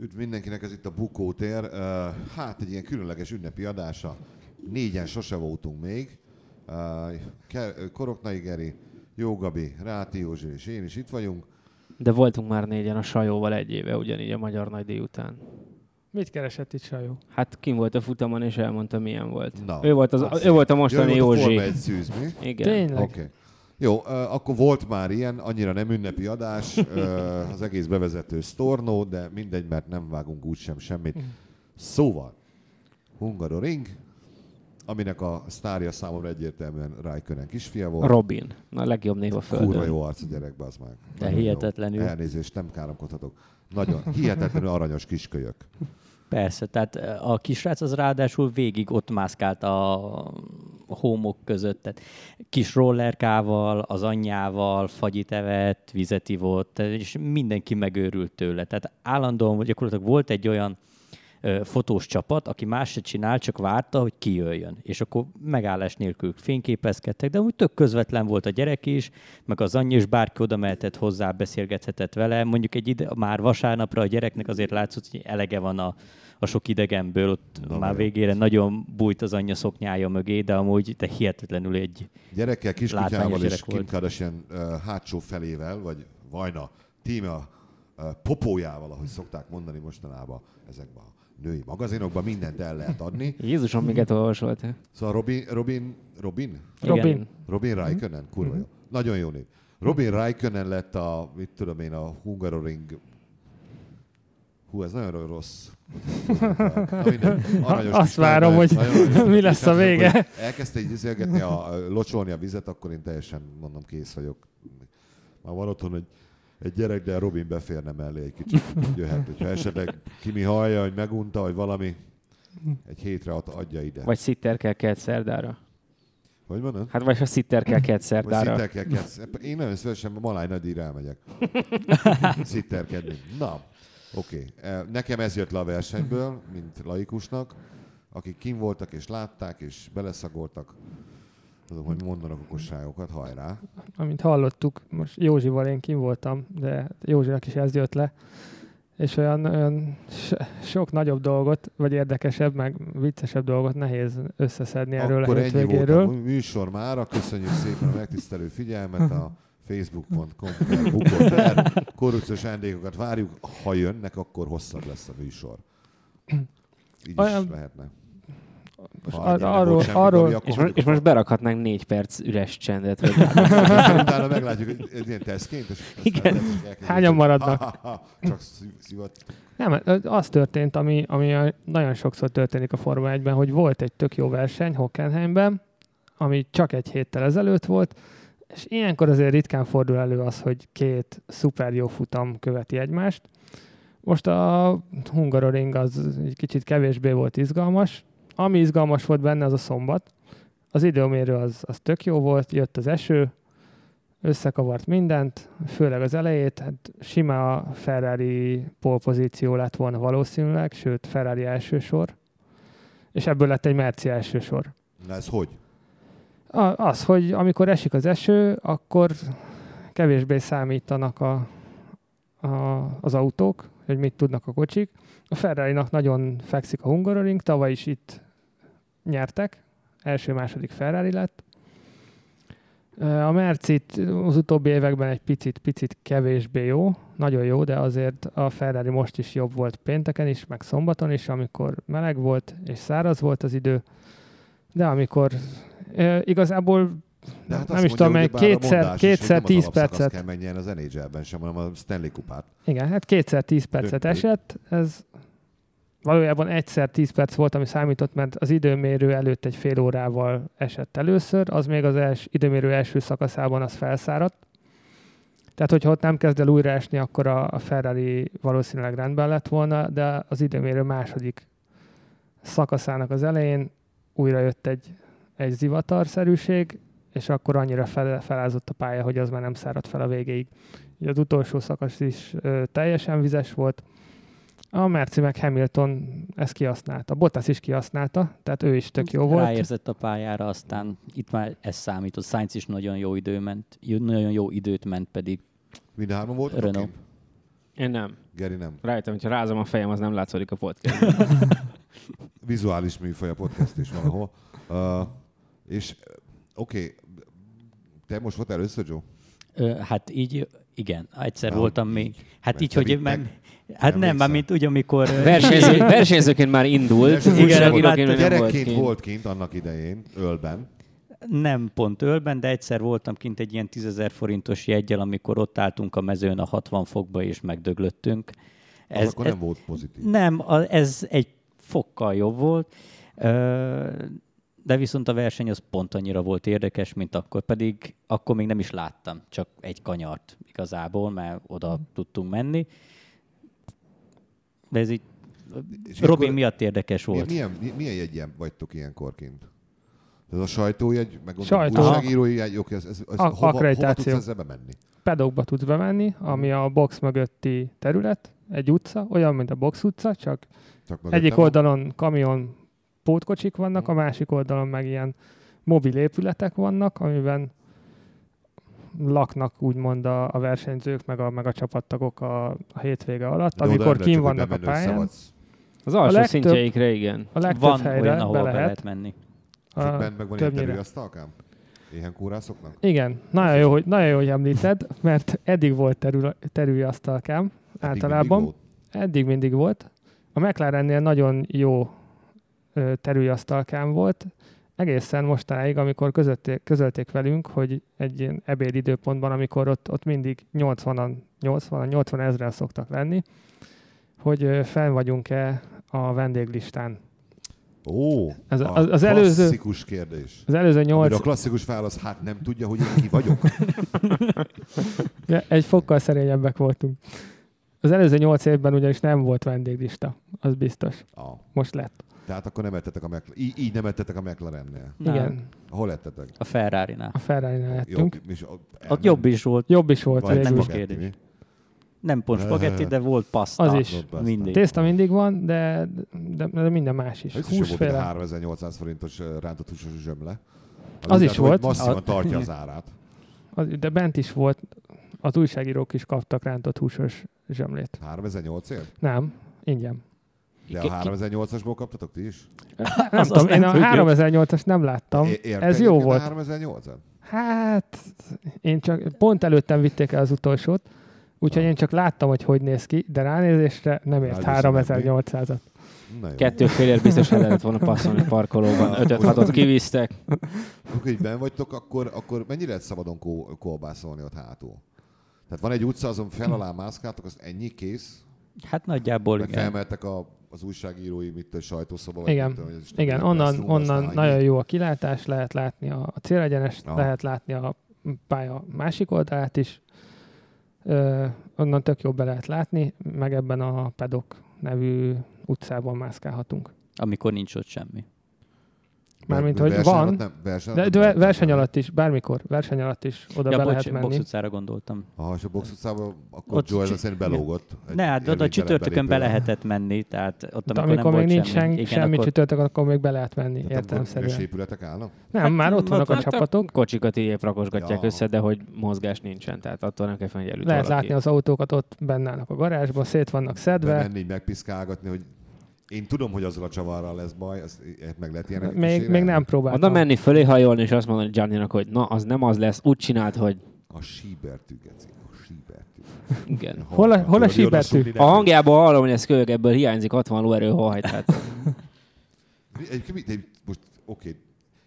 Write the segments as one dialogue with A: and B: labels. A: Üdv mindenkinek, ez itt a Bukótér. Uh, hát egy ilyen különleges ünnepi adása. Négyen sose voltunk még. Uh, Ke- Koroknai Geri, Jó Gabi, Ráti Józsi és én is itt vagyunk.
B: De voltunk már négyen a sajóval egy éve, ugyanígy a Magyar Nagydíj után.
C: Mit keresett itt Sajó?
B: Hát kim volt a futamon, és elmondta, milyen volt.
A: Na.
B: ő, volt az,
A: Abszolút.
B: ő volt a mostani
A: Jaj, volt a
B: Józsi.
A: Forma egy szűz, mi?
B: Igen.
C: Tényleg?
A: Oké. Okay. Jó, uh, akkor volt már ilyen, annyira nem ünnepi adás, uh, az egész bevezető sztornó, de mindegy, mert nem vágunk úgysem semmit.
B: Mhm.
A: Szóval, Hungaroring, aminek a sztárja számomra egyértelműen Rijkönen kisfia volt.
B: Robin. Na, a legjobb név a földön.
A: Kurva jó arc a gyerekbe, az már.
D: De
A: Nagyon jó.
D: hihetetlenül.
A: Elnézést, nem káromkodhatok. Nagyon hihetetlenül aranyos kiskölyök.
D: Persze, tehát eh, a kisrác az ráadásul végig ott mászkált a homok között, tehát kis rollerkával, az anyjával, fagyit evett, vizet ivott, tehát és mindenki megőrült tőle. Tehát állandóan gyakorlatilag volt egy olyan ö, fotós csapat, aki más se csinál, csak várta, hogy kijöjjön. És akkor megállás nélkül fényképezkedtek, de úgy tök közvetlen volt a gyerek is, meg az anyja is bárki oda mehetett hozzá, beszélgethetett vele. Mondjuk egy ide, már vasárnapra a gyereknek azért látszott, hogy elege van a, a sok idegenből, ott
A: Na,
D: Na, már
A: jó.
D: végére nagyon bújt az anyja szoknyája mögé, de amúgy te hihetetlenül egy
A: Gyerekkel, kiskutyával
D: Látványos
A: és
D: gyerek
A: Kim
D: volt.
A: Kardashian uh, hátsó felével, vagy vajna tíme uh, popójával, ahogy szokták mondani mostanában ezekben a női magazinokban, mindent el lehet adni.
B: Jézusom, miket olvasolt.
A: Szóval Robin, Robin, Robin?
C: Robin.
A: Robin Rijkönen, kurva
C: Mhm.
A: jó. Nagyon jó név. Robin Rijkönen lett a, mit tudom én, a Hungaroring Hú, ez nagyon rossz. Na, mindegy. Aranyos
C: Azt
A: kis pár
C: várom,
A: volt.
C: hogy
A: Nagyon aranyos
C: mi
A: kis
C: lesz a
A: srác,
C: vége.
A: amikor Elkezdte így izélgetni, a, locsolni a vizet, akkor én teljesen mondom, kész vagyok. Már van otthon egy, egy gyerek, de Robin beférne mellé egy kicsit. Jöhet, hogyha esetleg Kimi hallja, hogy megunta, vagy valami, egy hétre ad- adja ide.
B: Vagy szitter kell kelt szerdára.
A: Hogy mondod?
B: Hát vagy ha szitter kell kelt
A: Vagy
B: szerdára.
A: szitterkedni. Én nagyon szívesen Maláj Nadíjra elmegyek. Szitterkedni. Na, oké. Eh, Nekem ez jött le a versenyből, mint laikusnak, akik kim voltak és látták és beleszagoltak, azok, hogy mondanak okosságokat, hajrá.
C: Amint hallottuk, most Józsival én kim voltam, de Józsinak is ez jött le. És olyan, olyan so- sok nagyobb dolgot, vagy érdekesebb, meg viccesebb dolgot nehéz összeszedni erről
A: Akkor
C: a
A: ennyi volt a
C: hétvégéről.
A: mű- műsor mára. Köszönjük szépen a megtisztelő figyelmet a facebook.com per bukoter. Korrupciós ajándékokat várjuk. Ha jönnek, akkor hosszabb lesz a műsor. Így is
C: Olyan-
A: lehetne.
C: Most
A: Ha
C: ar-
A: eddig nem
C: arról-
A: volt semmi,
C: arról-
A: Gabi, akkor
B: És, mo-
A: hagyjuk
B: és
A: abba.
B: most berakhatnánk négy perc üres csendet. Vagy
A: Aztán utána meglátjuk, hogy egy ilyen tesztként. És Igen.
C: Hányan maradnak?
A: Csak szív- szivat.
C: Nem, ö, az történt, ami, ami a- nagyon sokszor történik a Forma 1-ben, hogy volt egy tök jó verseny Hockenheimben, ami csak egy héttel ezelőtt volt, és ilyenkor azért ritkán fordul elő az, hogy két szuper jó futam követi egymást. Most a Hungaroring az egy kicsit kevésbé volt izgalmas. Ami izgalmas volt benne, az a szombat. Az időmérő az, az tök jó volt, jött az eső, összekavart mindent, főleg az elejét, hát sima a Ferrari polpozíció lett volna valószínűleg, sőt Ferrari első sor, és ebből lett egy Merci első sor.
A: Na ez hogy?
C: A- Az, hogy amikor esik az eső, akkor kevésbé számítanak a, a, az autók, hogy mit tudnak a kocsik. A ferrari nagyon fekszik a Hungaroring, tavaly is itt nyertek, első-második Ferrari lett. Ö, A Mercit az utóbbi években egy picit-picit kevésbé jó, nagyon jó, de azért a Ferrari most is jobb volt pénteken is, meg szombaton is, amikor meleg volt és száraz volt az idő, de amikor ö, igazából
A: De hát
C: Nem
A: azt
C: is tudom,
A: mondja,
C: mely
A: ugyebár a
C: kétszer-
A: mondás is, hogy
C: kétszer
A: nem az
C: tíz
A: alapszakaszt
C: percet.
A: kell megnyerni az NHL-ben sem, hanem a Stanley kupát.
C: Igen, hát kétszer 10 percet
A: Öt-
C: esett, ez valójában egyszer 10 perc volt, ami számított, mert az időmérő előtt egy fél órával esett először, az még az els, időmérő első szakaszában az felszáradt. Tehát, hogyha ott nem kezd el újra esni, akkor a, a Ferrari valószínűleg rendben lett volna, de az időmérő második szakaszának az elején újra jött egy, egy zivatarszerűség, és akkor annyira fel, felázott a pálya, hogy az már nem száradt fel a végéig. Ugye az utolsó szakasz is ö, teljesen vizes volt. A Merci meg Hamilton ezt kihasználta. Bottas is kihasználta, tehát ő is tök jó volt.
D: Ráérzett a pályára, aztán itt már ez számított. Sainz is nagyon jó, idő ment, jó- nagyon jó időt ment pedig.
A: Mindhárman voltatok
D: Renault.
A: kint?
B: Én nem.
A: Geri nem.
B: Rájöttem, hogyha rázom a fejem, az nem látszódik a podcast.
A: Vizuális műfaj a podcast is valahol. Uh, és ö, oké, te most voltál először, Joe?
D: Ö, hát így, igen, egyszer
A: Na,
D: voltam még. Hát
A: mert
D: így,
A: te
D: hogy...
A: vittek.
D: Meg, hát nem,
A: Emlékszel?
D: már mint úgy, amikor...
B: Versenyző, versenyzőként már indult.
A: Versenyző
D: sem
B: újságíróként
D: volt.
B: még nem
A: Gyerekként
B: kint.
A: volt kint annak idején, ölben.
D: Nem pont ölben, de egyszer voltam kint egy ilyen 10.000 forintos jegyel, amikor ott álltunk a mezőn a 60 fokba, és megdöglöttünk.
A: Ez, akkor nem volt pozitív.
D: Nem, a- ez egy fokkal jobb volt, Ö, de viszont a verseny az pont annyira volt érdekes, mint akkor, pedig akkor még nem is láttam, csak egy kanyart igazából, mert oda tudtunk menni. De ez így
A: És
D: Robin
A: ilyenkor-
D: miatt érdekes volt.
A: Milyen, milyen, milyen jegyen vagytok ilyenkor kint? Ez a sajtójegy, meg a
C: Sajtó.
A: újságírói jegy, oké, ez, ez, ez
C: A-
A: hova, hova tudsz
C: akkreditáció.
A: ezzel bemenni?
C: Pedokba tudsz bemenni, ami a box mögötti terület, egy utca, olyan, mint a box utca, csak
A: Csak
C: Egyik
A: mögöttem
C: oldalon kamion pótkocsik vannak, a másik oldalon meg ilyen mobil épületek vannak, amiben laknak úgymond a, a versenyzők, meg a, meg a csapattagok a, a hétvége alatt,
A: van. De oda
C: amikor
A: nem
C: kim
A: lehet,
C: vannak
A: hogy
C: a
A: bemenő
C: pályán.
A: szabadsz.
B: Az alsó
C: A legtöbb-
B: szintjeikre, igen.
C: A legtöbb
D: Van
C: helyre
D: olyan, ahol
C: be
D: be
C: lehet.
D: lehet menni.
A: És
C: A-
A: itt bent meg van ilyen
C: többnyire.
A: terülyasztalkám? Éhen kórászoknak?
C: Igen, nagyon jó, hogy, nagyon jó, hogy említed, mert eddig volt terül, terülyasztalkám
A: Eddig
C: általában.
A: mindig volt.
C: Eddig mindig volt. A McLarennél nagyon jó ö, terülyasztalkám volt, egészen mostáig, amikor közölték, közölték velünk, hogy egy ilyen ebédidőpontban, amikor ott, ott mindig 80-an, 80 80 ezrel szoktak lenni, hogy ö, fenn vagyunk-e a vendéglistán.
A: Ó,
C: Ez-
A: a
C: az- az előző-
A: klasszikus kérdés.
C: Az előző
A: Amire a
C: 8,
A: klasszikus válasz, hát nem tudja, hogy én ki vagyok.
C: Ja, egy fokkal szerényebbek voltunk. Az előző 8 évben ugyanis nem volt vendéglista, az biztos.
A: Ah,
C: Most lett.
A: tehát akkor nem ettetek a McLaren, így, így nem ettetek a McLarennél.
D: Nem,
C: Igen,
A: Hol ettetek?
D: A Ferrari-nál.
C: a Ferrari-nál
A: Jó,
C: lettünk.
A: és a-
D: Ott jobb is volt.
C: Jobb is volt
A: vagy
D: nem
C: végül.
D: is
A: spagetti,
D: kérdés.
A: mi?
D: Nem pont spagetti, de volt paszta.
C: Az is.
A: Ott baszta.
D: Mindig.
C: Tészta mindig van, de, de, de minden más is.
A: Ez is volt egy
C: Húsféle.
A: 3800 forintos ö, rántott húsos zsömle.
C: Az is volt.
A: Masszívan tartja az árát.
C: Az- De bent is volt, az újságírók is kaptak rántott húsos zsömlét.
A: 3800
C: Nem, ingyen.
A: De
D: Ki-
A: a
D: ki-
A: 3800-ból kaptatok ti is?
C: Nem
D: azt
C: tudom, én
D: Hát, nem
C: a
D: tudjuk.
C: 3008-as nem láttam.
A: É- érte
C: Ez jó
A: egyébként
C: volt.
A: A 3800
C: Hát, én csak pont előttem vitték el az utolsót, úgyhogy
A: Ah.
C: én csak láttam, hogy hogy néz ki, de ránézésre nem ért
A: Ráadásul nem
C: 3800-at.
A: Na jó.
B: Kettő félért biztos el lehetett volna passzolni parkolóban. Ötöt, hatot kivisztek.
A: Amikor így ben vagytok, akkor, akkor mennyire lehet szabadon kó- kolbászolni ott hátul? Tehát van egy utca, azon fel alá mászkáltok, az ennyi, kész?
D: Hát nagyjából
A: Meg
D: igen.
A: felmeltek a, az újságírói, mit a sajtószoba? vagy
C: Igen.
A: mit tudom, hogy ez is
C: Igen,
A: nem
C: onnan,
A: pressroom,
C: onnan
A: aztán
C: nagyon
A: így-
C: jó a kilátás, lehet látni a, a célegyenest,
A: Aha.
C: lehet látni a pálya másik oldalát is. Ö, onnan tök jó be lehet látni, meg ebben a Pedok nevű utcában mászkálhatunk.
D: Amikor nincs ott semmi.
C: Mármint, hogy
A: verseny
C: van,
A: alatt Nem, verseny
C: De,
A: alatt
C: de
A: nem lehet
C: ve- verseny
A: menni.
C: alatt is, bármikor, verseny alatt is oda be
D: Ja,
C: lehet
D: bocs, box
C: menni.
D: utcára gondoltam.
A: Aha, és a box utcában, akkor
D: Ott
A: Joel
D: csü-
A: szerint belógott. egy
D: Ne, hát oda
A: érvénytelen
D: csütörtökön be
A: belépővel.
D: lehetett menni, tehát
C: Ott,
D: ott, amikor,
C: Hát amikor
D: nem
C: még
D: volt
C: nincs
D: semmi,
C: semmi,
D: igen,
C: semmi
D: akkor
C: csütörtök, akkor még be lehet menni,
A: Tehát abban üres
C: értelemszerűen.
A: épületek állnak?
C: Nem,
B: Hát,
C: már ott vannak a
B: ott- ott-
D: hát,
C: csapatok.
B: Kocsikat így rakosgatják
A: Ja.
B: össze, de hogy mozgás nincsen, tehát attól nem kell fenn,
D: hát,
B: hogy előtt
C: Lehet
B: valaki.
C: látni az autókat ott bennának a garázsba, szét vannak szedve.
A: Bemenni, így megpiszkálgatni, hogy én tudom, hogy azzal a csavarral lesz baj, az ilyet meg lehet ilyenek
C: Még,
A: kísérelni?
C: még nem
B: Oda
C: próbáltam.
B: menni, fölé hajolni, és azt mondani Gianninak, hogy na, az nem az lesz, úgy csinált, hogy
A: A síbertű, geci. A síbertű.
B: igen.
C: Hol a-
A: Halkan
C: hol a
A: tudod, jön
C: síbertű?
A: suli, de-
B: A hangjából hallom, hogy ez kölyök, ebből hiányzik 60 lóerő hajt. Hát,
A: Egyébként mit- egy- most, oké,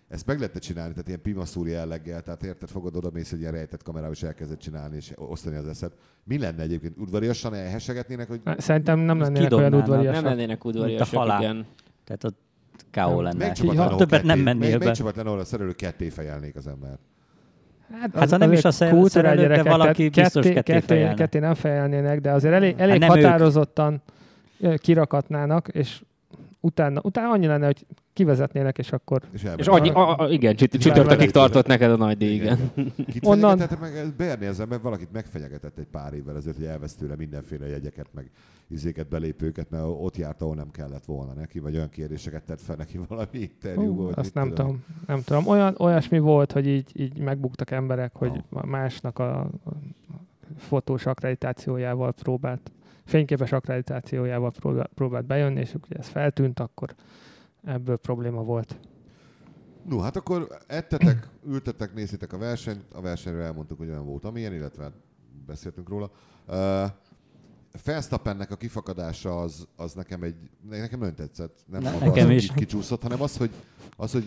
A: ezt meg lehetne csinálni, tehát ilyen pimaszúri jelleggel, tehát érted, fogod oda, mész egy ilyen rejtett kamerával, és elkezded csinálni, és osztani az eszed. Mi lenne egyébként? Udvariasan elhesegetnének, hogy
C: Szerintem nem
D: Ezt
C: lennének olyan
D: kidobnának, nem
B: nem
C: udvariasak. Hát
B: lennének
D: Mint a
B: udvariasak,
D: halál.
B: igen.
D: Tehát ott K.O. lenne.
A: megcsapat
D: Ha
A: lenne, ahol
D: többet nem
A: ketté-
D: mennél
A: meg-
D: be.
A: megcsapat lenne, ahol a szerelő ketté fejelnék az embert.
C: Hát,
D: Hát ha nem is
C: azért
D: a szer-
C: kultúra
D: szerelő, de
C: gyerekeket
D: valaki biztos ketté fejelne.
C: ketté nem fejelnének, de azért elég, elég
D: nem ők.
C: határozottan ők. kirakatnának, és utána, utána annyi lenne, hogy kivezetnének, és akkor
A: És, elmennek.
B: És annyi, a, a, igen, csüt- csütörtökig tartott neked a nagy díj, igen.
A: Kit
C: Onnan-
A: Onnan... meg Berni az ember, valakit megfenyegetett egy pár évvel ezelőtt, hogy elvesz tőle mindenféle jegyeket, meg izéket, belépőket, mert ott járt, ahol nem kellett volna neki, vagy olyan kérdéseket tett fel neki valami interjúban.
C: Ú,
A: vagy
C: azt
A: mit
C: nem tudom. Nem tudom. Olyan, olyasmi volt, hogy így, így megbuktak emberek, hogy
A: Ah.
C: másnak a a fotós akkreditációjával próbált fényképes akkreditációjával próbál- próbált bejönni, és ugye ez feltűnt, akkor ebből probléma volt.
A: No, hát akkor ettetek, ültetek, nézitek a versenyt. A versenyről elmondtuk, hogy olyan volt, amilyen, illetve hát beszéltünk róla. Uh, Felsztappennek a kifakadása az, az nekem egy, ne- nekem nagyon tetszett. Nem
D: Ne-
A: maga
D: nekem
A: az,
D: is.
A: Hogy kicsúszott, hanem az, hogy, az, hogy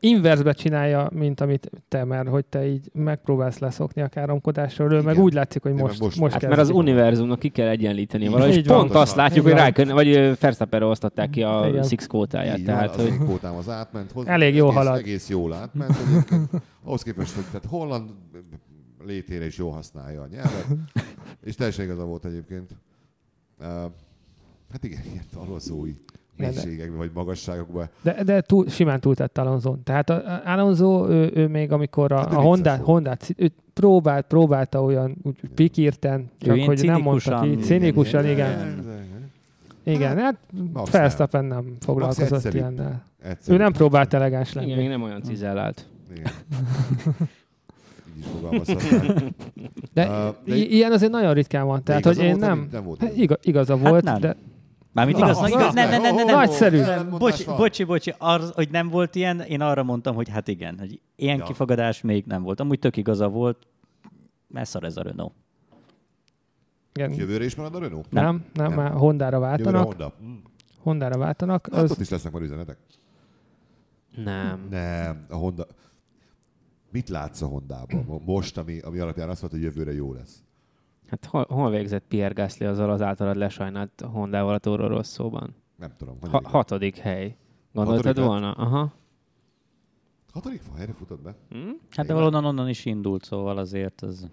C: Inversbe csinálja, mint amit te, mert hogy te így megpróbálsz leszokni a káromkodásról, meg
A: Igen.
C: úgy látszik, hogy
A: Igen,
C: most,
A: meg most-
C: most,
A: Hát
B: Hát
C: most
B: mert az
C: kezdik.
B: univerzumnak ki kell egyenlíteni
A: Így
B: valahogy.
C: van.
B: És
C: Így van.
B: pont azt
A: Pontosan.
B: látjuk,
C: Így
B: hogy
C: van.
B: Rákön, vagy Fersztaperre osztották ki a
C: Igen.
B: Six kvótáját.
A: így van,
B: Tehát,
A: az
B: hogy
A: én kótám az átment hozzá.
C: Elég jól
A: egész,
C: halad.
A: Egész jól átment egyébként. Ahhoz képest, hogy tehát Holland létére is jól használja a nyelvet. És teljesen igaza volt egyébként. Uh, hát igen, ilyen alozói
C: Igen, de-
A: mélységekben vagy magasságokban.
C: De, de túl, simán túltett Alonzon. Tehát a, a Alonso, ő, ő még amikor a,
A: Hát ő
C: a
A: vicces
C: Honda,
A: volt.
C: Hondát, szí- ő próbált, próbálta olyan úgy úgy pikírten, csak
D: ilyen
C: hogy nem mondta
D: cinikusan.
C: ki.
D: Igen,
C: Cinikusan,
D: igen.
C: igen. Igen, hát
A: Max
C: Verstappen nem foglalkozott
A: egyszerű.
C: ilyennel. Ő
A: Egyszerű.
C: nem próbált elegáns
B: igen, még
C: lenni.
B: nem
A: Hm.
B: olyan cizellált.
A: Igen. Így is fogalmazhatnál.
C: De
A: Ah, de-
C: i- ilyen azért nagyon ritkán van. Tehát,
A: igaza
C: hogy én
A: volt,
C: nem...
A: Nem volt.
C: Hát iga, igaza
D: Hát
C: volt,
D: nem.
C: de
D: Mármint
C: Na,
D: igaz,
C: az-
D: na, igaz, nem, nem, nem, nem, nem.
C: Nagyszerű.
D: Bocs, bocsi, bocsi, az, hogy nem volt ilyen, én arra mondtam, hogy hát igen, hogy ilyen
A: Ja.
D: ja. kifogadás még nem volt. Amúgy tök igaza volt, mert szar ez a Renault.
C: igen,
A: Jövőre is marad a Renault?
C: nem, nem,
A: Nem.
C: már Hondára
A: Jövőre
C: váltanak.
A: Honda. Mm.
C: Hondára váltanak.
A: Hát ott
C: Az,
A: is lesznek már üzenetek.
B: Nem.
A: Nem, a Honda... Mit látsz a Hondában mo- most, ami, ami alapján azt mondta, hogy jövőre jó lesz?
B: Hát hol, hol végzett Pierre Gasly azzal az általad lesajnált Hondával a Toro Rosszóban?
A: Nem tudom.
B: Ha,
A: hanyadik?
B: hatodik hely. Gondoltad
A: Hatodik lett?
B: volna? Aha.
A: Hatodik van, helyre futott be?
B: Hm?
D: Hát de
A: Igen.
D: valonnan onnan is indult, szóval azért az...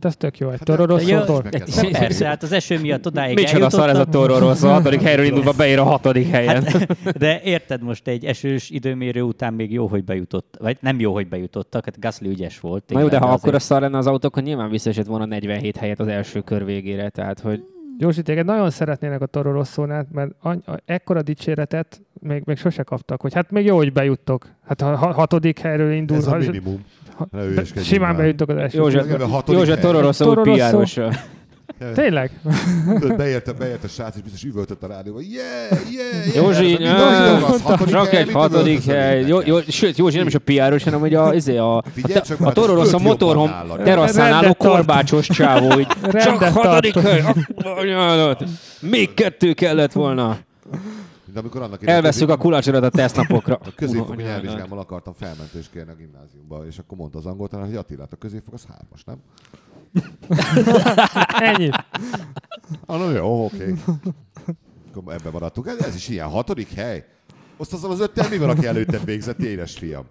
C: ez tök jó, egy
A: Hát de- de jó,
C: tororoszótól.
A: meg kell
B: Szép.
A: tanulni.
D: Persze, hát az eső miatt odáig
B: Micsoda szar ez a
D: eljutottam.
B: Toro Rosso, a hatodik helyről indulva beír a hatodik helyen.
D: Hát, de érted most egy esős időmérő után még jó, hogy bejutott, vagy nem jó, hogy bejutottak, hát Gasly ügyes volt.
B: Na jó, de ha
D: azért-
B: akkor a szar lenne az autó, akkor nyilván visszaesett volna 47 helyet az első kör végére, tehát hogy
C: Gyorsi, téged nagyon szeretnének a Toro Rosszónál, mert any- a- ekkora dicséretet még, még sose kaptak, hogy hát még jó, hogy bejuttok. Hát ha ha- hatodik helyről indul,
A: Ez a
C: ha,
A: minimum.
C: ha-
A: Ne
C: be-
A: ügyeskedjünk
C: simán
A: már.
C: bejuttok az első.
B: József,
A: körben a hatodik
B: József
A: hely.
B: Toro Rosso
C: Toro Rosso.
B: PR-os.
C: Tényleg?
A: Tudod, Beért, a- beért a srác, és biztos üvöltött a rádióba. Yeah, yeah, yeah.
B: Józsi,
A: Mit tudom, az hatodik
B: csak
A: hely,
B: egy
A: mit tudom,
B: hatodik
A: ötödik
B: hely. Jó, jó, sőt, Józsi nem is a PR-os, hanem hogy a, izé, a,
A: Figyelj csak
B: a
A: már,
B: Toro
A: hát öt
B: Rosso
A: jobban
B: motorhom
A: nálad.
B: teraszán
C: Rendet
B: álló
C: tart.
B: korbácsos csávó. így, Csak
C: Rendet
B: hatodik hely. Ak- anyádat. Még kettő kellett volna.
A: De amikor annak idején
B: Elveszük a kulacsodat a hát. tesznapokra.
A: A középfokú
B: Uha, anyádat.
A: nyelvvizsgámmal akartam felmentést kérni a gimnáziumba, és akkor mondta az angol tanár, hogy Attilát a középfok az hármas, nem?
C: Ennyi.
A: Ah, na jó, oké. Akkor ebben maradtunk. Ez, ez is ilyen hatodik hely. Azt azzal az öttel mi van, aki előttem végzett, édes fiam?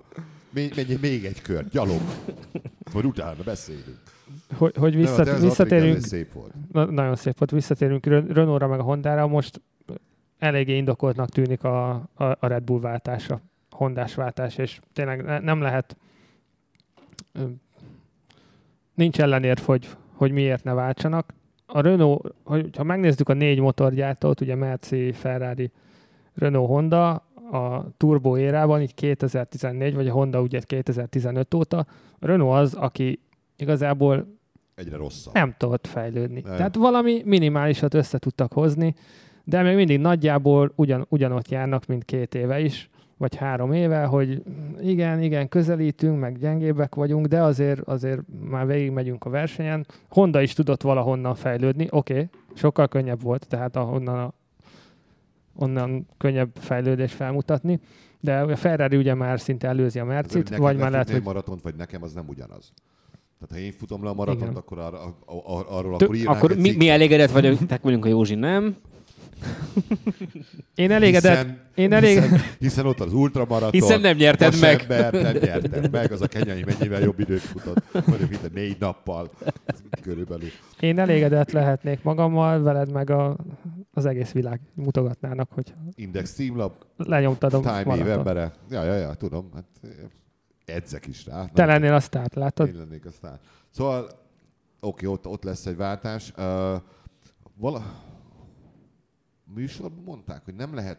A: Még, menjél még egy kört, gyalog. Vagy utána beszélünk.
C: Hogy, hogy
A: Nem, de
C: visszat,
A: ez
C: visszatérünk,
A: hatodik, ez szép volt.
C: na, nagyon szép volt, visszatérünk Ren- Renaultra meg a Hondára, most eléggé indokoltnak tűnik a, a, a Red Bull váltása, Hondás váltás, és tényleg ne- nem lehet, ö, nincs ellenérv, hogy, hogy miért ne váltsanak. A Renault, hogy, ha megnézzük a négy motorgyártót, ugye Merci, Ferrari, Renault, Honda, a turbo érában, így 2014, vagy a Honda ugye 2015 óta, a Renault az, aki igazából
A: Egyre rosszabb.
C: nem tudott fejlődni.
A: Nem.
C: Nem. Tehát valami minimálisat össze tudtak hozni, de még mindig nagyjából ugyan, ugyanott járnak, mint két éve is, vagy három éve, hogy igen, igen, közelítünk, meg gyengébbek vagyunk, de azért, azért már végigmegyünk a versenyen. Honda is tudott valahonnan fejlődni, oké, okay, sokkal könnyebb volt, tehát ahonnan a, onnan könnyebb fejlődés felmutatni, de a Ferrari ugye már szinte előzi a
A: Ez, hogy
C: Mercit,
A: neked
C: hát vagy már lehet,
A: lefutni egy
C: hogy
A: maratont, vagy nekem az nem ugyanaz. Tehát ha én futom le a maratont,
C: Igen.
A: akkor arra, a, a, a- arról
B: Tö-
A: akkor írnánk
B: Akkor
A: egy
B: mi, mi
A: cikket,
B: elégedett vagyunk, tehát vagyunk a Józsi, nem?
C: én elégedett,
A: hiszen-
C: én elég,
A: Hiszen, hiszen ott az ultramaraton.
B: Hiszen nem nyerted
A: Most
B: meg.
A: Ember, nem nyertem meg, az a kenyai mennyivel jobb időt futott. Mondjuk, mint a négy nappal. Körülbelül.
C: Én elégedett lehetnék magammal, veled meg a, az egész világ mutogatnának, hogy
A: Index címlap,
C: lenyomtad a
A: Time Eve
C: maraton.
A: embere. Ja, ja, ja, tudom. Hát eh, edzek is rá.
C: Te
A: Nem,
C: lennél a sztárt, látod?
A: Én lennék aztán. Szóval, oké, ott, ott lesz egy váltás. Uh, vala... Műsorban mondták, hogy nem lehet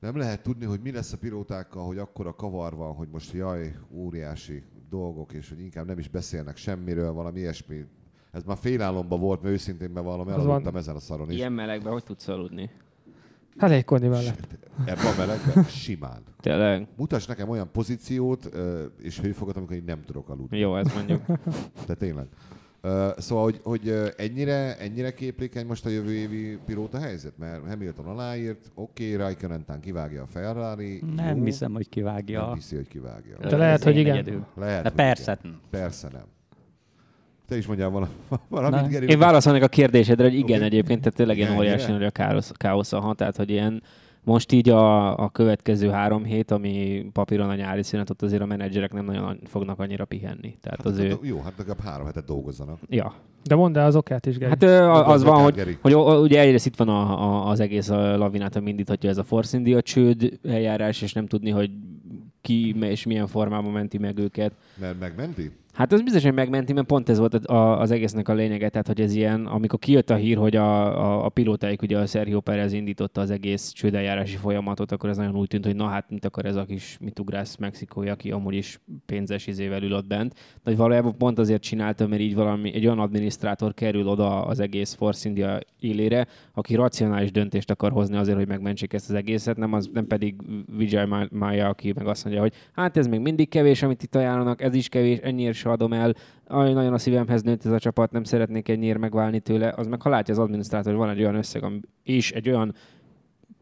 A: nem lehet tudni, hogy mi lesz a pilótákkal, hogy akkora kavar van, hogy most jaj, óriási dolgok, és hogy inkább nem is beszélnek semmiről, valami ilyesmi Ez már félállomba volt, mert őszintén bevallom,
C: Az
A: elaludtam
C: van.
A: ezen a szaron is.
B: Ilyen melegben hogy tudsz aludni?
C: Elégkodni vele.
A: Ebben a melegben simán.
B: Tényleg?
A: Mutas nekem olyan pozíciót ö, és hőfokot, amikor én nem tudok aludni.
B: Jó, ez mondjuk.
A: De tényleg. Ö, Szóval, hogy, hogy ö, ennyire, ennyire képlékeny most a jövő évi pilóta helyzet? Mert Hamilton aláírt, oké, okay, Raikkonentán kivágja a Ferrari.
D: Nem
A: jó,
D: hiszem, hogy kivágja.
A: Nem hiszi, hogy kivágja.
C: De lehet, hogy
D: én
C: igen.
D: egyedül.
A: Lehet,
D: De
A: hogy
D: persze.
A: igen. Persze nem. Te is mondjál vala- valamit,
D: Na.
A: Geri.
B: Én válaszolnék a kérdésedre, hogy igen,
A: Oké.
B: egyébként, tehát tényleg ilyen
A: Igen,
B: óriási
A: igen.
B: nagy a káosz, káosz a hat, tehát hogy ilyen most így a, a következő három hét, ami papíron a nyári szünet, ott azért a menedzserek nem nagyon fognak annyira pihenni. Tehát
A: Hát
B: az ő...
A: akkor- Jó, hát legalább három hetet dolgozzanak.
B: Ja.
C: De mondd el az okát is, Geri.
B: Hát ö, a- az
A: Gondolj
B: van,
A: akár,
B: hogy,
A: Geri.
B: hogy o- ugye egyrészt itt van a, a, az egész a lavinát, ami indíthatja ez a Force India csőd eljárás, és nem tudni, hogy ki és milyen formában menti meg őket.
A: Mert megmenti?
B: Hát ez biztos, hogy megmenti, mert pont ez volt a- a- az egésznek a lényege, tehát hogy ez ilyen, amikor kijött a hír, hogy a, a, a pilótáik, ugye a Sergio Perez indította az egész csődeljárási folyamatot, akkor ez nagyon úgy tűnt, hogy na hát, mint akar ez a kis mitugrász mexikói, aki amúgy is pénzes izével ül ott bent. De hogy valójában pont azért csinálta, mert így valami, egy olyan adminisztrátor kerül oda az egész Force India élére, aki racionális döntést akar hozni azért, hogy megmentsék ezt az egészet, nem, az, nem pedig Vijay Ma- Maya, aki meg azt mondja, hogy hát ez még mindig kevés, amit itt ajánlanak, ez is kevés, ennyiért se adom el, Aj, nagyon a szívemhez nőtt ez a csapat, nem szeretnék ennyiért megválni tőle, az meg ha látja az adminisztrátor, hogy van egy olyan összeg, ami, és egy olyan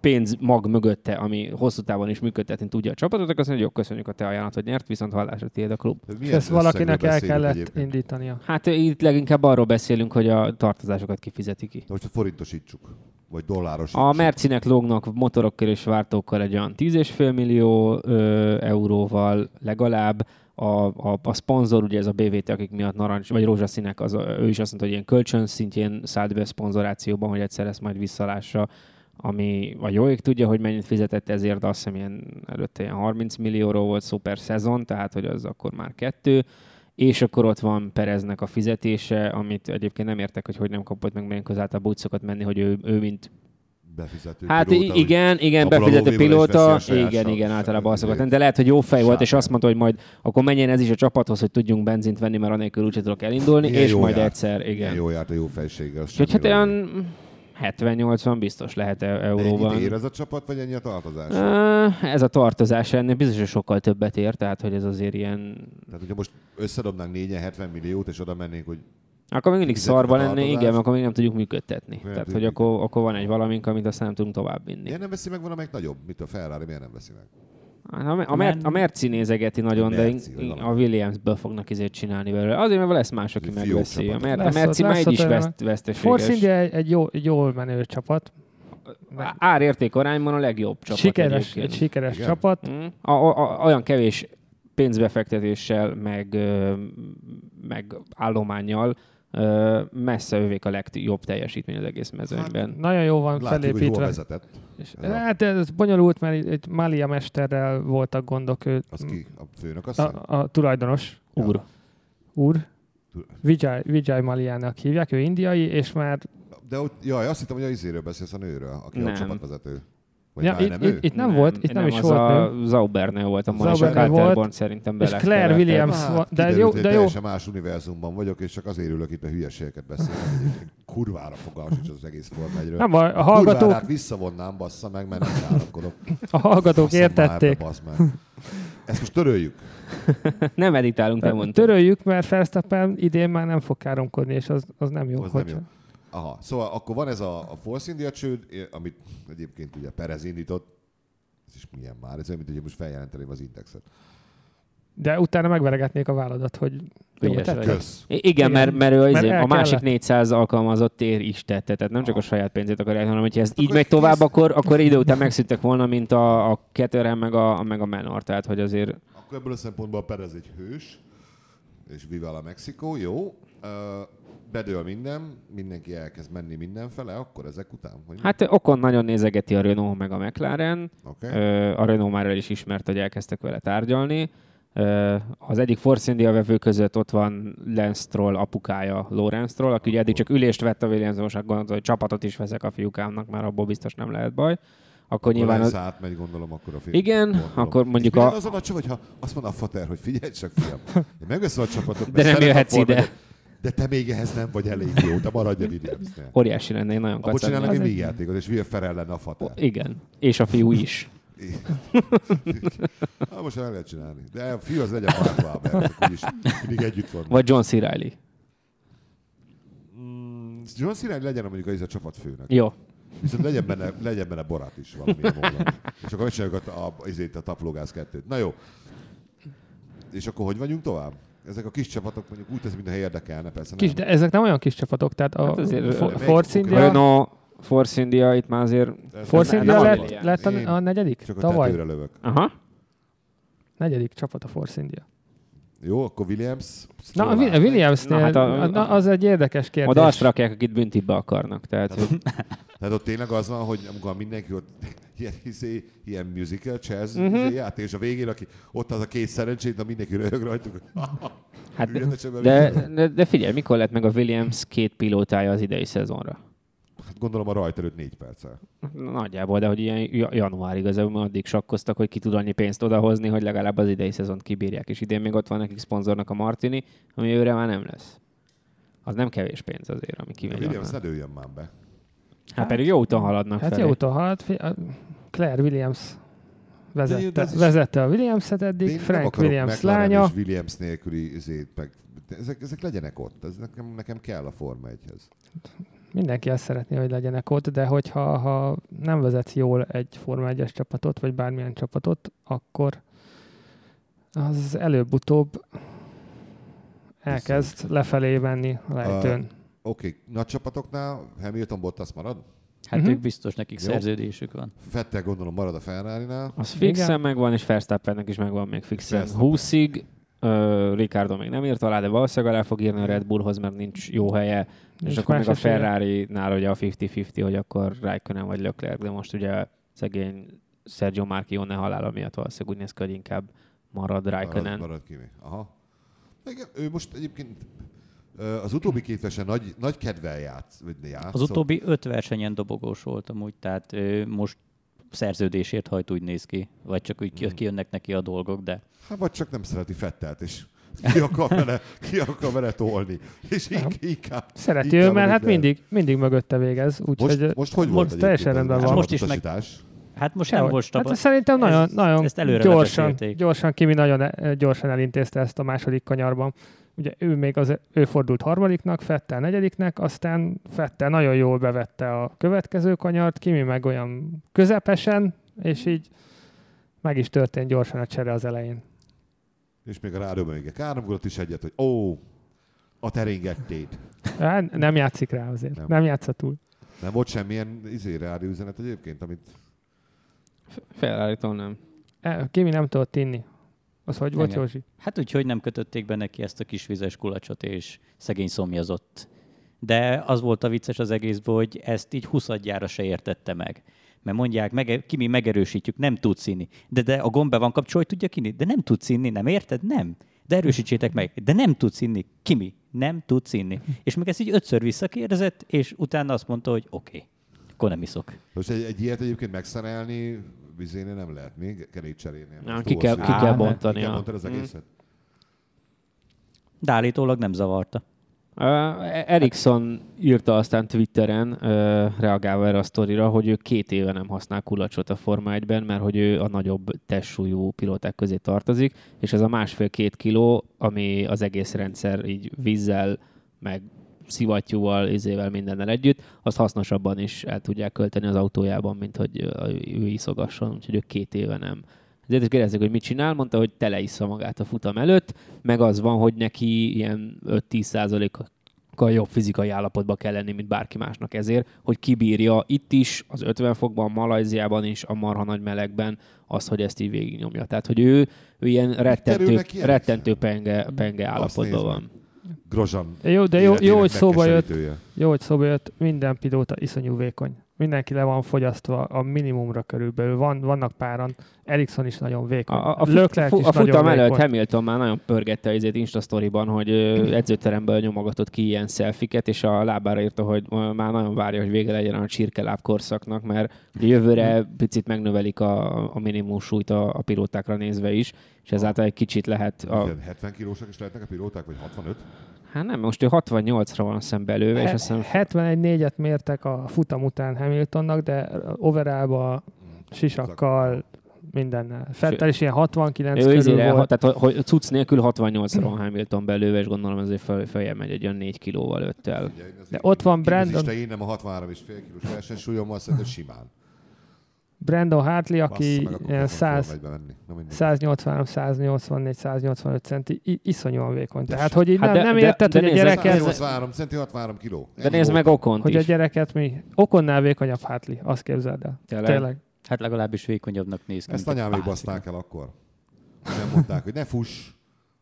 B: pénzmag mögötte, ami hosszú távon is működtetni tudja a csapatot, akkor azt mondja, hogy jó, köszönjük a te ajánlatot nyert, viszont hallásra tiéd a klub.
A: Milyen
C: És ezt
A: összegről
C: valakinek el
A: beszélünk
C: kellett
A: egyébként?
C: indítania.
B: Hát ö, itt leginkább arról beszélünk, hogy a tartozásokat kifizeti ki.
A: De most forintosítsuk, vagy dollárosítsuk.
B: A Mercinek lógnak motorokkal és vártókkal egy olyan 10,5 millió ö, euróval legalább. A, a, a szponzor, ugye ez a BVT, akik miatt narancs, vagy rózsaszínek, az, a- ő is azt mondta, hogy ilyen kölcsön szintjén szállt be szponzorációban, hogy egyszer ezt majd visszalássa, ami a jó ég tudja, hogy mennyit fizetett ezért, de azt hiszem ilyen előtte ilyen 30 millióról volt szuper szezon, tehát hogy az akkor már kettő és akkor ott van Pereznek a fizetése, amit egyébként nem értek, hogy hogy nem kapott meg, mert általában úgy szokott menni, hogy ő, ő mint
A: Befizető
B: Hát
A: pilóta,
B: pilóta,
A: hogy-
B: igen, igen,
A: abból a lóvéval
B: befizető
A: is veszi
B: pilóta,
A: a saját
B: igen,
A: sa-
B: igen, általában azt szokott
A: izét.
B: lenni, de lehet, hogy jó fej volt, és
A: Sárkány.
B: azt mondta, hogy majd akkor menjen ez is a csapathoz, hogy tudjunk benzint venni, mert anélkül úgyse tudok elindulni,
A: Milyen
B: és
A: jó
B: majd
A: járt.
B: egyszer,
A: Milyen
B: igen.
A: Jó járt a jó fejséggel. az
B: Úgyhogy hát
A: semmi
B: olyan
A: gond.
B: 70-80 biztos lehet e-
A: De Ennyit ér
B: euróban.
A: ez a csapat, vagy ennyi a tartozás?
B: Ö, Ez a tartozás ennél biztos, hogy sokkal többet ér, tehát hogy ez azért ilyen...
A: Tehát, hogyha most összedobnánk 4 70 milliót, és oda mennénk, hogy
B: Akkor még mindig
A: Fizetik a
B: szarba lenne,
A: tartozást?
B: igen, mert akkor még nem tudjuk működtetni. Tehát, hogy
A: tudjuk.
B: akkor, akkor van egy valamink, amit aztán nem tudunk továbbvinni.
A: miért nem veszi meg valamelyik nagyobb? Mit a Ferrari, miért nem veszi meg?
B: Hát A, a, Mer- a Merci nézegeti nagyon, de
A: Merci,
B: in-
A: vagy
B: in- a
A: valami.
B: Williamsből fognak izért csinálni belőle. Azért, mert lesz más, aki
A: Ez egy
B: megveszi. A,
A: fiók
B: Mer-
C: csapat.
B: a Merci már
C: Lesz
B: egy
C: ott,
B: is
C: lesz
B: veszt-
C: ott Force
B: veszteséges.
C: India egy, egy, jó, egy jól menő csapat.
B: Á- Árérték arányban a legjobb csapat
C: sikeres, egy
B: egyébként.
C: sikeres
A: Igen.
C: csapat.
B: Mm. A, a, a, olyan kevés pénzbefektetéssel, meg, ö, meg állományjal ö, messze övék a legjobb teljesítmény az egész mezőnyben.
C: Nagyon jó van
A: Látjuk, hogy hol
C: felépítve.
A: vezetett.
C: És,
A: Ez a-
C: hát ez bonyolult, mert egy Mália mesterrel voltak gondok. Ő,
A: Az ki? A főnök azt mondja?
C: a, a tulajdonos
B: Úr.
C: úr,
A: Tu-
C: Vijay, Vijay Maliának hívják, ő indiai, és már
A: De ott, jaj, azt hittem, hogy a izéről beszélsz, a nőről, aki
B: Nem.
A: a csapatvezető. Vagy
C: Ja,
A: már
C: itt-
A: nem ő?
C: itt- itt- nem volt, itt nem is
B: az
C: volt
B: a Zaubernél volt a Monika
A: Zaubernél
B: Carterborn
C: volt,
B: szerintem
C: és
B: bele.
C: Claire Williams
A: Hát,
C: van, de
A: kiderült,
C: jó,
A: hogy
C: de jó,
A: teljesen más univerzumban vagyok, és csak azért ülök itt a hülyeségeket beszélni. Egyébként Kurvára fogalmas is az egész Forma 1
C: nem baj, a hallgatók,
A: Kurvárát visszavonnám, bassza meg, mert nem káromkodok.
C: a hallgatók
A: Faszom már be,
C: értették.
A: bassz meg. Ezt most töröljük.
B: Nem editálunk, nem mondtam.
C: Töröljük, mert Verstappen idén már nem fog káromkodni, és az, az nem jó.
A: Az
C: hogy-
A: nem jó. Aha, szóval akkor van ez a, a Force India csőd, eh, amit egyébként ugye Perez indított. Ez is milyen már, ez olyan, mint hogy most feljelenteném az indexet.
C: De utána megveregetnék a válladat, hogy jó,
D: Ügyes
C: tetted.
D: vagy.
A: Kösz.
B: I- Igen, mert, mert, ő
C: Mert
B: izé,
C: el
B: a másik
C: kellett.
B: 400 alkalmazott ér is tette, tehát nem csak a saját pénzét akarják, hanem hogyha ez így
A: akkor
B: megy
A: kész.
B: tovább, akkor, akkor idő után megszűntek volna, mint a, a Keterem meg a, meg a Menor, tehát hogy azért
A: Akkor ebből a szempontból Perez egy hős, és Viva la Mexico, jó. Ö, bedől minden, mindenki elkezd menni mindenfele, akkor ezek után, hogy
B: hát okon nagyon nézegeti a Renault meg a McLaren,
A: Oké.
B: Ö, a Renault már el is ismert, hogy elkezdtek vele tárgyalni. Ö, Az egyik Force India vevő között ott van Lance Stroll apukája, Lawrence Stroll, aki ugye eddig csak ülést vett a Williamson, most gondolta, hogy csapatot is veszek a fiúkámnak, már abból biztos nem lehet baj. Akkor
A: Akkor
B: nyilván
A: lesz
B: az,
A: átmegy, gondolom, akkor a film.
B: Igen, akkor mondjuk
A: a...
B: a-
A: azon a csapat, hogyha azt mond a fater, hogy figyelj csak, fiam, én megveszem a csapatot,
B: De nem
A: szeretem
B: jöhetsz
A: Ford
B: ide.
A: Megye- de te még ehhez nem vagy elég jó, de maradj a Williamsnél.
B: Óriási lenne, én nagyon
A: Abba
B: kacagnék.
A: csinálnak egy
C: az egy-
A: vígjátékot, és Will Ferrell lenne a fatár.
B: Igen, és a fiú is.
A: Na, most már el lehet csinálni. De a fiú az legyen Mark Wahlberg, úgyis mindig együtt van.
B: Vagy John C. Reilly.
A: John Cena legyen mondjuk az a csapatfőnök.
B: Jó.
A: Viszont legyen benne, legyen benne barát is valamilyen módon. És akkor megcsináljuk a, a, izét, a taplogász kettőt. Na jó. És akkor hogy vagyunk tovább? Ezek a kis csapatok mondjuk úgy tesz, mintha érdekelne, persze
C: Kis,
A: nem.
C: de ezek nem olyan kis csapatok, tehát a
B: Hát azért-
C: hát
A: Melyik-
C: Force
A: oké.
B: Ja.
C: India,
B: Renault, Force India, itt már azért...
A: De ez
C: Force
A: nem-
C: India
A: nem
C: lett,
A: annyira.
C: lett
A: Én
C: a, a negyedik?
A: Csak a
C: Tavaly?
A: tetőre lövök.
B: Aha.
C: Negyedik csapat a Force India.
A: Jó, akkor Williams.
C: Na, a
A: Szlovák.
C: Wi- a Williamsnél
B: Na, hát
C: hát
B: a-
C: az egy érdekes kérdés.
B: Oda azt rakják, akit büntibe akarnak. Tehát, hogy
A: Tehát ott tényleg az van, hogy amikor mindenki ott ilyen, izé, ilyen musical jazz
B: Mhm.
A: uh-huh. játék, és a végén, aki ott az a két szerencsét, de mindenki röhög rajtuk.
B: hát,
A: Üljön a csöbbe,
B: de,
A: üljön.
B: de, de, figyelj, mikor lett meg a Williams két pilótája az idei szezonra?
A: Hát gondolom a rajt előtt négy perccel.
B: Nagyjából, de hogy ilyen ja- januárig igazából addig sakkoztak, hogy ki tud annyi pénzt odahozni, hogy legalább az idei szezont kibírják. És idén még ott van nekik szponzornak a Martini, ami őre már nem lesz. Az nem kevés pénz azért, ami
A: A
B: kimegy.
A: Williams ne
B: onnan.
A: dőljön már be.
B: Hát pedig jó úton haladnak
C: Hát
B: felé.
C: jó úton halt. Fi- a- Claire Williams
A: De de
C: vezette,
A: ez is-
C: vezette a Williamset
A: De
C: eddig,
A: én nem
C: Frank
A: akarok
C: Williams
A: McLaren
C: lánya.
A: És Williams nélküli izét, meg, de ezek, ezek legyenek ott. Ez nekem, nekem kell a Forma 1-hez.
C: Mindenki azt szeretné, hogy legyenek ott, de hogyha ha nem vezetsz jól egy Forma 1-es csapatot, vagy bármilyen csapatot, akkor az előbb-utóbb elkezd lefelé menni a lejtőn.
A: Oké, okay, nagy csapatoknál Hamilton Bottas marad?
D: Hát
C: Mhm.
D: ők biztos nekik
A: Jó.
D: szerződésük van.
A: Fettel gondolom marad a Ferrari-nál.
B: Az
C: Igen.
B: fixen megvan, és Verstappennek is megvan még fixen.
A: Verstappen.
B: 20-ig, uh, Ricardo még nem írt alá, de valószínűleg alá fog írni a Red Bullhoz, mert nincs jó helye.
C: Nincs
B: és akkor
C: más
B: még a
C: esélye.
B: Ferrari-nál ugye a 50-50, hogy akkor Raikkonen vagy Leclerc, de most ugye szegény Sergio Marchione halála miatt valószínűleg úgy néz ki, hogy inkább marad
A: Marad,
B: Raikkonen.
A: marad Kimi. Aha. Igen, ő most egyébként ö, az utóbbi két versen nagy, nagy kedvel játsz, vagy játszott.
D: Az utóbbi öt versenyen dobogós volt amúgy, tehát ő most szerződésért hajt úgy néz ki, vagy csak úgy
A: Mhm.
D: ki- kijönnek neki a dolgok, de
A: Hát vagy csak nem szereti Fettelt, és ki akar vele, ki akar vele tolni. És
C: Nem.
A: ink- inkább...
C: Szereti
A: inkább
C: ő, mert hát
A: Leclerc.
C: mindig, mindig mögötte végez,
A: Most,
C: úgyhogy
A: most, hogy volt
C: most teljesen
A: egyébként
C: rendben
A: ez a
C: van.
D: Most is meg-
A: csapattosítás?
D: hát most
C: Dehogy.
D: nem volt staba.
C: Hát ez szerintem nagyon,
D: Ezt-
C: nagyon
D: ezt előre
C: gyorsan,
D: levezették.
C: gyorsan Kimi nagyon eh, gyorsan elintézte ezt a második kanyarban. Ugye ő még az, ő fordult harmadiknak, Fettel negyediknek, aztán Fettel nagyon jól bevette a következő kanyart, Kimi meg olyan közepesen, és így meg is történt gyorsan a csere az elején.
A: És még a rádöbönyöge. Káromkodott is egyet, hogy ó, a teringettét.
C: Hát nem játszik rá azért,
A: Nem.
C: nem, nem játsza túl.
A: Nem volt semmilyen izé, rádió üzenet egyébként, amit
B: ferrari nem.
C: Eh, Kimi nem tudott inni. Az hogy volt,
D: Igen.
C: Józsi?
D: Hát úgy, hogy nem kötötték be neki ezt a kis vizes kulacsot, és szegény szomjazott. De az volt a vicces az egészből, hogy ezt így huszadjára se értette meg. Mert mondják, meg, Kimi, megerősítjük, nem tudsz inni. De, de a gomb be van kapcsolva, hogy tudja Kimi, de nem tudsz inni, nem érted? Nem. De erősítsétek meg, de nem tudsz inni. Kimi, nem tudsz inni. És még ezt így ötször visszakérdezett, és utána azt mondta, hogy oké, okay, akkor nem iszok.
A: Most egy, egy ilyet egyébként megszerelni vizénél nem lehet még, kerékcserénél.
B: Nem,
A: Most
B: ki kell-
A: óvsz,
B: ki
A: hogy-
B: kell
A: Á,
B: bontani,
A: Ki kell
B: ja.
A: bontani az
B: Mm.
A: egészet.
D: De állítólag nem zavarta.
B: Uh, Erikson írta aztán Twitteren, uh, reagálva erre a sztorira, hogy ő két éve nem használ kulacsot a Forma 1-ben, mert hogy ő a nagyobb testsúlyú pilóták közé tartozik, és ez a másfél-két kiló, ami az egész rendszer így vízzel, meg szivattyúval, izével, mindennel együtt, azt hasznosabban is el tudják költeni az autójában, mint hogy ö, ő iszogasson, úgyhogy ő két éve nem. Ezért is kérdezték, hogy mit csinál, mondta, hogy teleissza magát a futam előtt, meg az van, hogy neki ilyen 5-10 százalékkal jobb fizikai állapotba kell lenni, mint bárki másnak ezért, hogy kibírja itt is, az 50 fokban, Malajziában is, a marha nagy melegben az, hogy ezt így végignyomja. Tehát, hogy ő, ő ilyen
A: kerül
B: rettentő,
A: neki, Eriksen?
B: rettentő penge, penge állapotban
A: nézd meg.
B: van.
A: Grozsan.
C: Jó, de jó, jó
A: életének
C: hogy szóba jött,
A: megkeserítője.
C: Jó, hogy szóba jött, minden pilóta iszonyú vékony. Mindenki le van fogyasztva a minimumra körülbelül. Van, vannak páran. Erikson is nagyon vékony.
B: A, a,
C: Leclerc
B: fu-
C: is
B: a futam
C: nagyon
B: előtt
C: vékony. Mm-hmm.
B: Hamilton már nagyon pörgette izét Instastoryban, hogy ö, edzőteremből nyomogatott ki ilyen szelfiket, és a lábára írta, hogy ö, már nagyon várja, hogy vége legyen a csirkeláb korszaknak, mert ugye jövőre
C: Mm-hmm.
B: picit megnövelik a, a minimum súlyt a, a pilótákra nézve is, és ezáltal egy kicsit lehet a,
A: Ilyen 70 kilósak is lehetnek a pilóták, vagy 65?
B: Hát nem, most ő 68-ra van szembe előve,
C: Hát,
B: és azt hiszem...
C: 71 négyet mértek a futam után Hamiltonnak, de overállba, sisakkal, mindennel. Fettel is ilyen 69
B: Ő
C: körül
B: izére, ha-
C: volt.
B: tehát hogy- hogy cucc nélkül 68-ra van Hamilton belőve, és gondolom ezért föl, följebb megy egy olyan 4 kilóval öt el.
C: De ott van Brandon,
A: Isten, én nem a 63 és fél kilós versenysúlyommal, szerintem simán.
C: Brandon Hartley,
A: Bassza
C: aki
A: meg, akkor
C: ilyen
A: kapom, föl
C: 100,
A: megy bevenni. Na mindegy.
C: 183, 184, 185 centi, i- iszonyúan vékony.
A: De
C: Tehát,
A: se-
C: hogy így
B: Hát
C: nem,
B: de-
C: nem
B: de-
C: érted,
B: de
C: hogy a
B: nézd,
C: gyerek ez,
A: 183 centi, 63 kiló.
B: De
A: Ennyi
B: nézd
A: volt.
B: meg Okont
C: hogy a
B: is.
C: gyereket mi? Okonnál vékonyabb hátli, azt képzeld el.
B: Tényleg?
C: Tényleg.
D: Hát legalábbis vékonyabbnak néz ki.
A: Ezt
D: mint egy
A: anyámék
D: pásztor.
A: baszták el akkor. Nem mondták, hogy ne fuss,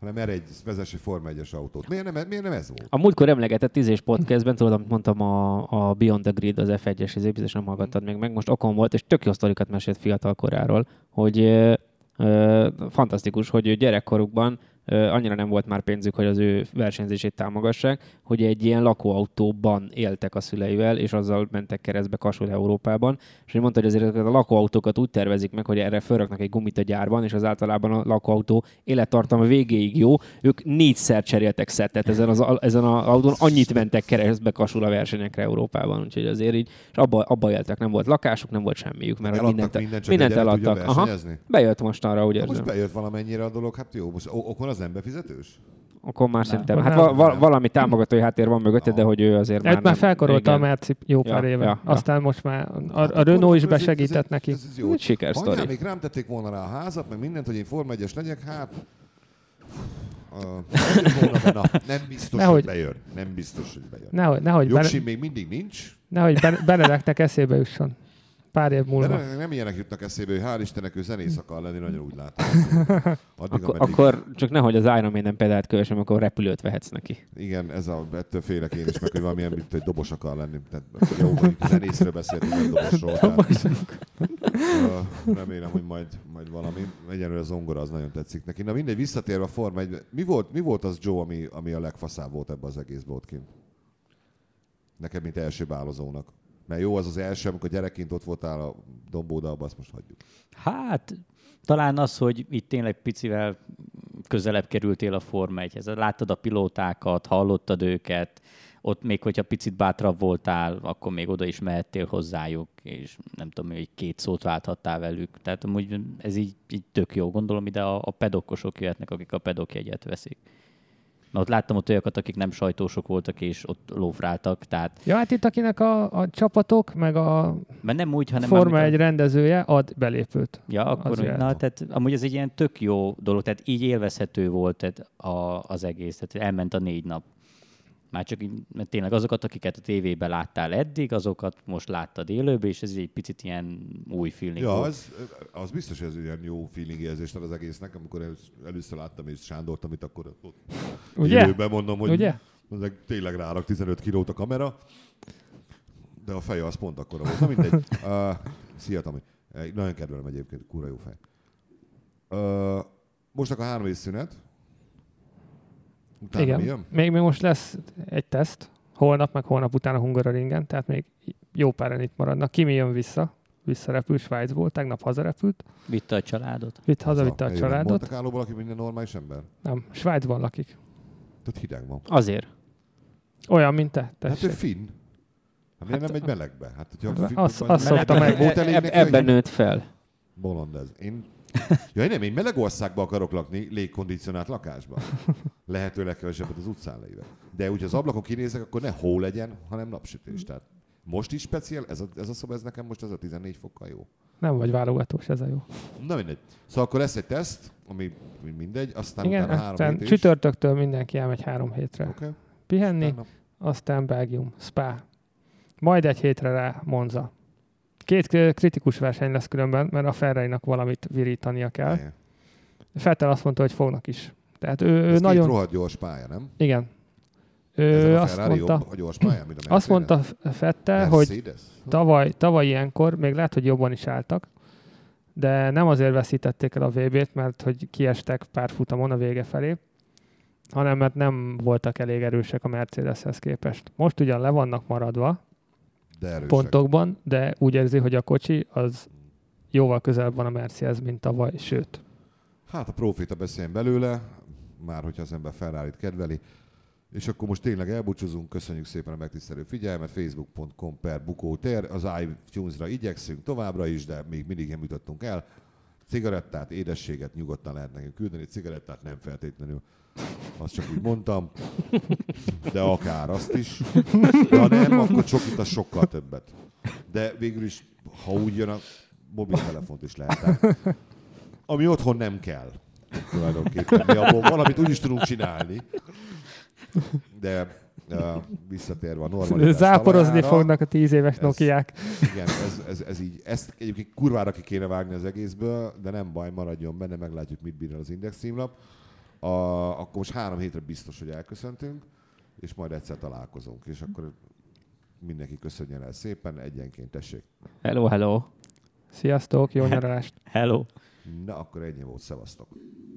A: hanem erre egy vezess egy Forma 1-es autót. Miért nem, miért nem ez volt?
B: A múltkor emlegetett tízés podcastben, tudod, amit mondtam a, a Beyond the Grid, az F1-es, ezért biztos nem hallgattad még meg. Most okon volt, és tök jó sztorikat mesélt fiatal koráról, hogy ö, ö, fantasztikus, hogy ő gyerekkorukban ö, annyira nem volt már pénzük, hogy az ő versenyzését támogassák, hogy egy ilyen lakóautóban éltek a szüleivel, és azzal mentek keresztbe Kasul Európában, és hogy mondta, hogy azért ezeket a lakóautókat úgy tervezik meg, hogy erre fölraknak egy gumit a gyárban, és az általában a lakóautó élettartama végéig jó. Ők négyszer cseréltek szettet ezen az ezen a autón, annyit mentek keresztbe kasul a versenyekre Európában, úgyhogy azért így, és abba, abba éltek, nem volt lakásuk, nem volt semmiük, mert
A: Eladtak
B: mindent,
A: mindent, csak
B: mindent
A: egy gyerek tudjon
B: eladtak. Aha,
A: versenyezni?
B: bejött most arra, úgy
A: Ha
B: érzem.
A: Most bejött valamennyire a dolog, hát jó, most o- okon az nem befizetős?
B: Akkor már szerintem, hát
C: Nem.
B: va- va- valami támogatói háttér van mögötte,
A: Ah.
B: de hogy ő azért
C: Egy
B: már
C: már
B: nem-
C: felkarolta a
B: igen.
C: Merci jó pár
B: Ja,
C: éve.
B: ja, ja.
C: Aztán most már a,
A: Hát
C: a
A: akkor
C: Renault is
A: ez- ez-
C: besegített neki.
A: Ez, ez jó.
B: Egy sikersztori.
A: Anyám, még rám tették volna rá a házat, meg mindent, hogy én Forma 1-es legyek, hát... Uh, volna benne. Nem biztos,
C: Nehogy.
A: hogy bejön. Nem biztos, hogy bejön.
C: Nehogy, nehogy, bene,
A: Jogsim még mindig nincs,
C: nehogy Ben- Benedeknek eszébe jusson. Pár év
A: de
C: múlva.
A: nem, nem ilyenek jutnak eszébe, hogy hál' Istennek ő zenész akar lenni, nagyon úgy látom. Addig,
B: Akkor,
A: ameddig-
B: akkor csak nehogy az Iron Maiden pedált kövessem, akkor repülőt vehetsz neki.
A: Igen, ez a, ettől félek én is, meg hogy valamilyen, mint egy dobos akar lenni. Tehát jó, hogy zenészről beszéltünk, nem dobosról. Tehát, Ö, remélem, hogy majd, majd valami. Egyenlőre a zongora az nagyon tetszik neki. Na mindegy, visszatérve a Forma 1 mi volt, mi volt az Joe, ami, ami a legfaszább volt ebbe az egészbe ott kint? Neked, mint első bálozónak. Mert jó az az első, amikor gyerekként ott voltál a dombóda, abba azt most hagyjuk.
D: Hát talán az, hogy itt tényleg picivel közelebb kerültél a Forma 1-hez. Láttad a pilótákat, hallottad őket, ott még hogyha picit bátrabb voltál, akkor még oda is mehettél hozzájuk, és nem tudom, hogy két szót válthattál velük. Tehát amúgy ez így, így tök jó. Gondolom ide a, a pedokkosok jöhetnek, akik a pedokjegyet veszik. Na ott láttam ott olyanokat, akik nem sajtósok voltak, és ott lófráltak, tehát
C: Ja, hát itt akinek a, a csapatok, meg a
D: mert Hát nem úgy, hanem...
C: Forma
D: amikor-
C: egy rendezője ad belépőt.
D: Ja, akkor,
C: Az
D: úgy-
C: jöhet.
D: na, tehát amúgy ez egy ilyen tök jó dolog, tehát így élvezhető volt tehát a, az egész, tehát elment a négy nap. Már csak így, mert tényleg azokat, akiket a tévében láttál eddig, azokat most láttad élőben, és ez egy picit ilyen új feeling
A: Ja,
D: volt.
A: az, az biztos, hogy ez ilyen jó feeling érzés az egésznek, amikor elősz- először láttam és Sándort, amit akkor ott
C: Ugye?
A: Élőben mondom, hogy
C: Ugye?
A: Mondják, tényleg rárak 15 kilót a kamera, de a feje az pont akkora volt. Na mindegy. Uh, szia, Tomi. Eh, Nagyon kedvelem egyébként, kurva jó fej. Uh, most akkor három év szünet. Utána
C: Igen.
A: mi jön?
C: Még, még most lesz egy teszt, holnap, meg holnap után a Hungaroringen, tehát még jó páran itt maradnak. Kimi jön vissza, visszarepül Svájcból, tegnap hazarepült,
D: Vitte a családot.
C: vitt hazavitte a
A: Haza.
C: családot.
A: Mondtak álló valaki minden normális ember?
C: Nem, Svájcban lakik.
A: Tehát hideg van.
B: Azért.
C: Olyan, mint te.
A: Hát ő
C: Tessék.
A: finn. Hát miért nem egy melegbe? Hát, hogyha
C: Hát
A: fi-
C: azt-
A: vagy
C: azt
A: meleg-
C: szoktam
A: meleg
C: meg-
A: volt elég
B: Eb-
A: neki, hogy-
B: ebben nőtt fel.
A: Bolond ez. Én... Ja, nem, én meleg országban akarok lakni, légkondicionált lakásban. Lehető legkevesebbet az utcán léve. De úgy az ablakon kinézek, akkor ne hó legyen, hanem napsütés.
C: Mhm.
A: Tehát most is speciál, ez a, ez a szoba, ez nekem most ez a 14 fokkal jó.
C: Nem vagy válogatós, ez a jó.
A: Na mindegy. Szóval akkor lesz egy teszt, ami mindegy, aztán
C: Igen,
A: utána három
C: aztán
A: hét is.
C: csütörtöktől mindenki elmegy három hétre
A: Oké.
C: pihenni,
A: Utána-
C: aztán Belgium, Spa. Majd egy hétre rá Monza. Két k- kritikus verseny lesz különben, mert a ferrari valamit virítania kell.
A: Igen.
C: Fettel azt mondta, hogy fognak is. Tehát ő,
A: Ez
C: ő
A: két
C: nagyon...
A: rohadt gyors pálya, nem?
C: Igen.
A: Ezen
C: Ő
A: a
C: azt
A: Ferrari
C: mondta,
A: jobb a gyors pálya, mint a
C: azt mondta Fettel, hogy
A: Mercedes?
C: tavaly, tavaly ilyenkor még lehet, hogy jobban is álltak, de nem azért veszítették el a VB-t, mert hogy kiestek pár futamon a vége felé, hanem mert nem voltak elég erősek a Mercedeshez képest. Most ugyan le vannak maradva
A: De erősek.
C: pontokban, de úgy érzi, hogy a kocsi az jóval közelebb van a Mercedeshez, mint tavaly, sőt.
A: Hát a profita beszéljen belőle, már hogyha az ember ferrari kedveli. És akkor most tényleg elbúcsúzunk, köszönjük szépen a megtisztelő figyelmet, facebook.com per bukótér, az iTunes-ra igyekszünk továbbra is, de még mindig nem jutottunk el. Cigarettát, édességet nyugodtan lehet nekünk küldeni, cigarettát nem feltétlenül. Azt csak úgy mondtam, de akár azt is. De ha nem, akkor csokit a sokkal többet. De végül is, ha úgy jön, a mobiltelefont is lehet. Tehát, ami otthon nem kell tulajdonképpen. Mi abból valamit úgy is tudunk csinálni. De uh, visszatérve a normalitás
C: Záporozni
A: talajára,
C: fognak a tíz éves
A: Ez-
C: Nokiák.
A: Igen, ez, ez, ez így. Ezt egyébként kurvára ki kéne vágni az egészből, de nem baj, maradjon benne, meglátjuk, mit bír el az Index címlap. A, akkor most három hétre biztos, hogy elköszöntünk, és majd egyszer találkozunk. És akkor mindenki köszönjön el szépen, egyenként tessék.
D: Hello, hello.
C: Sziasztok, jó nyaralást!
D: Hello.
A: Na, akkor ennyi volt, szevasztok.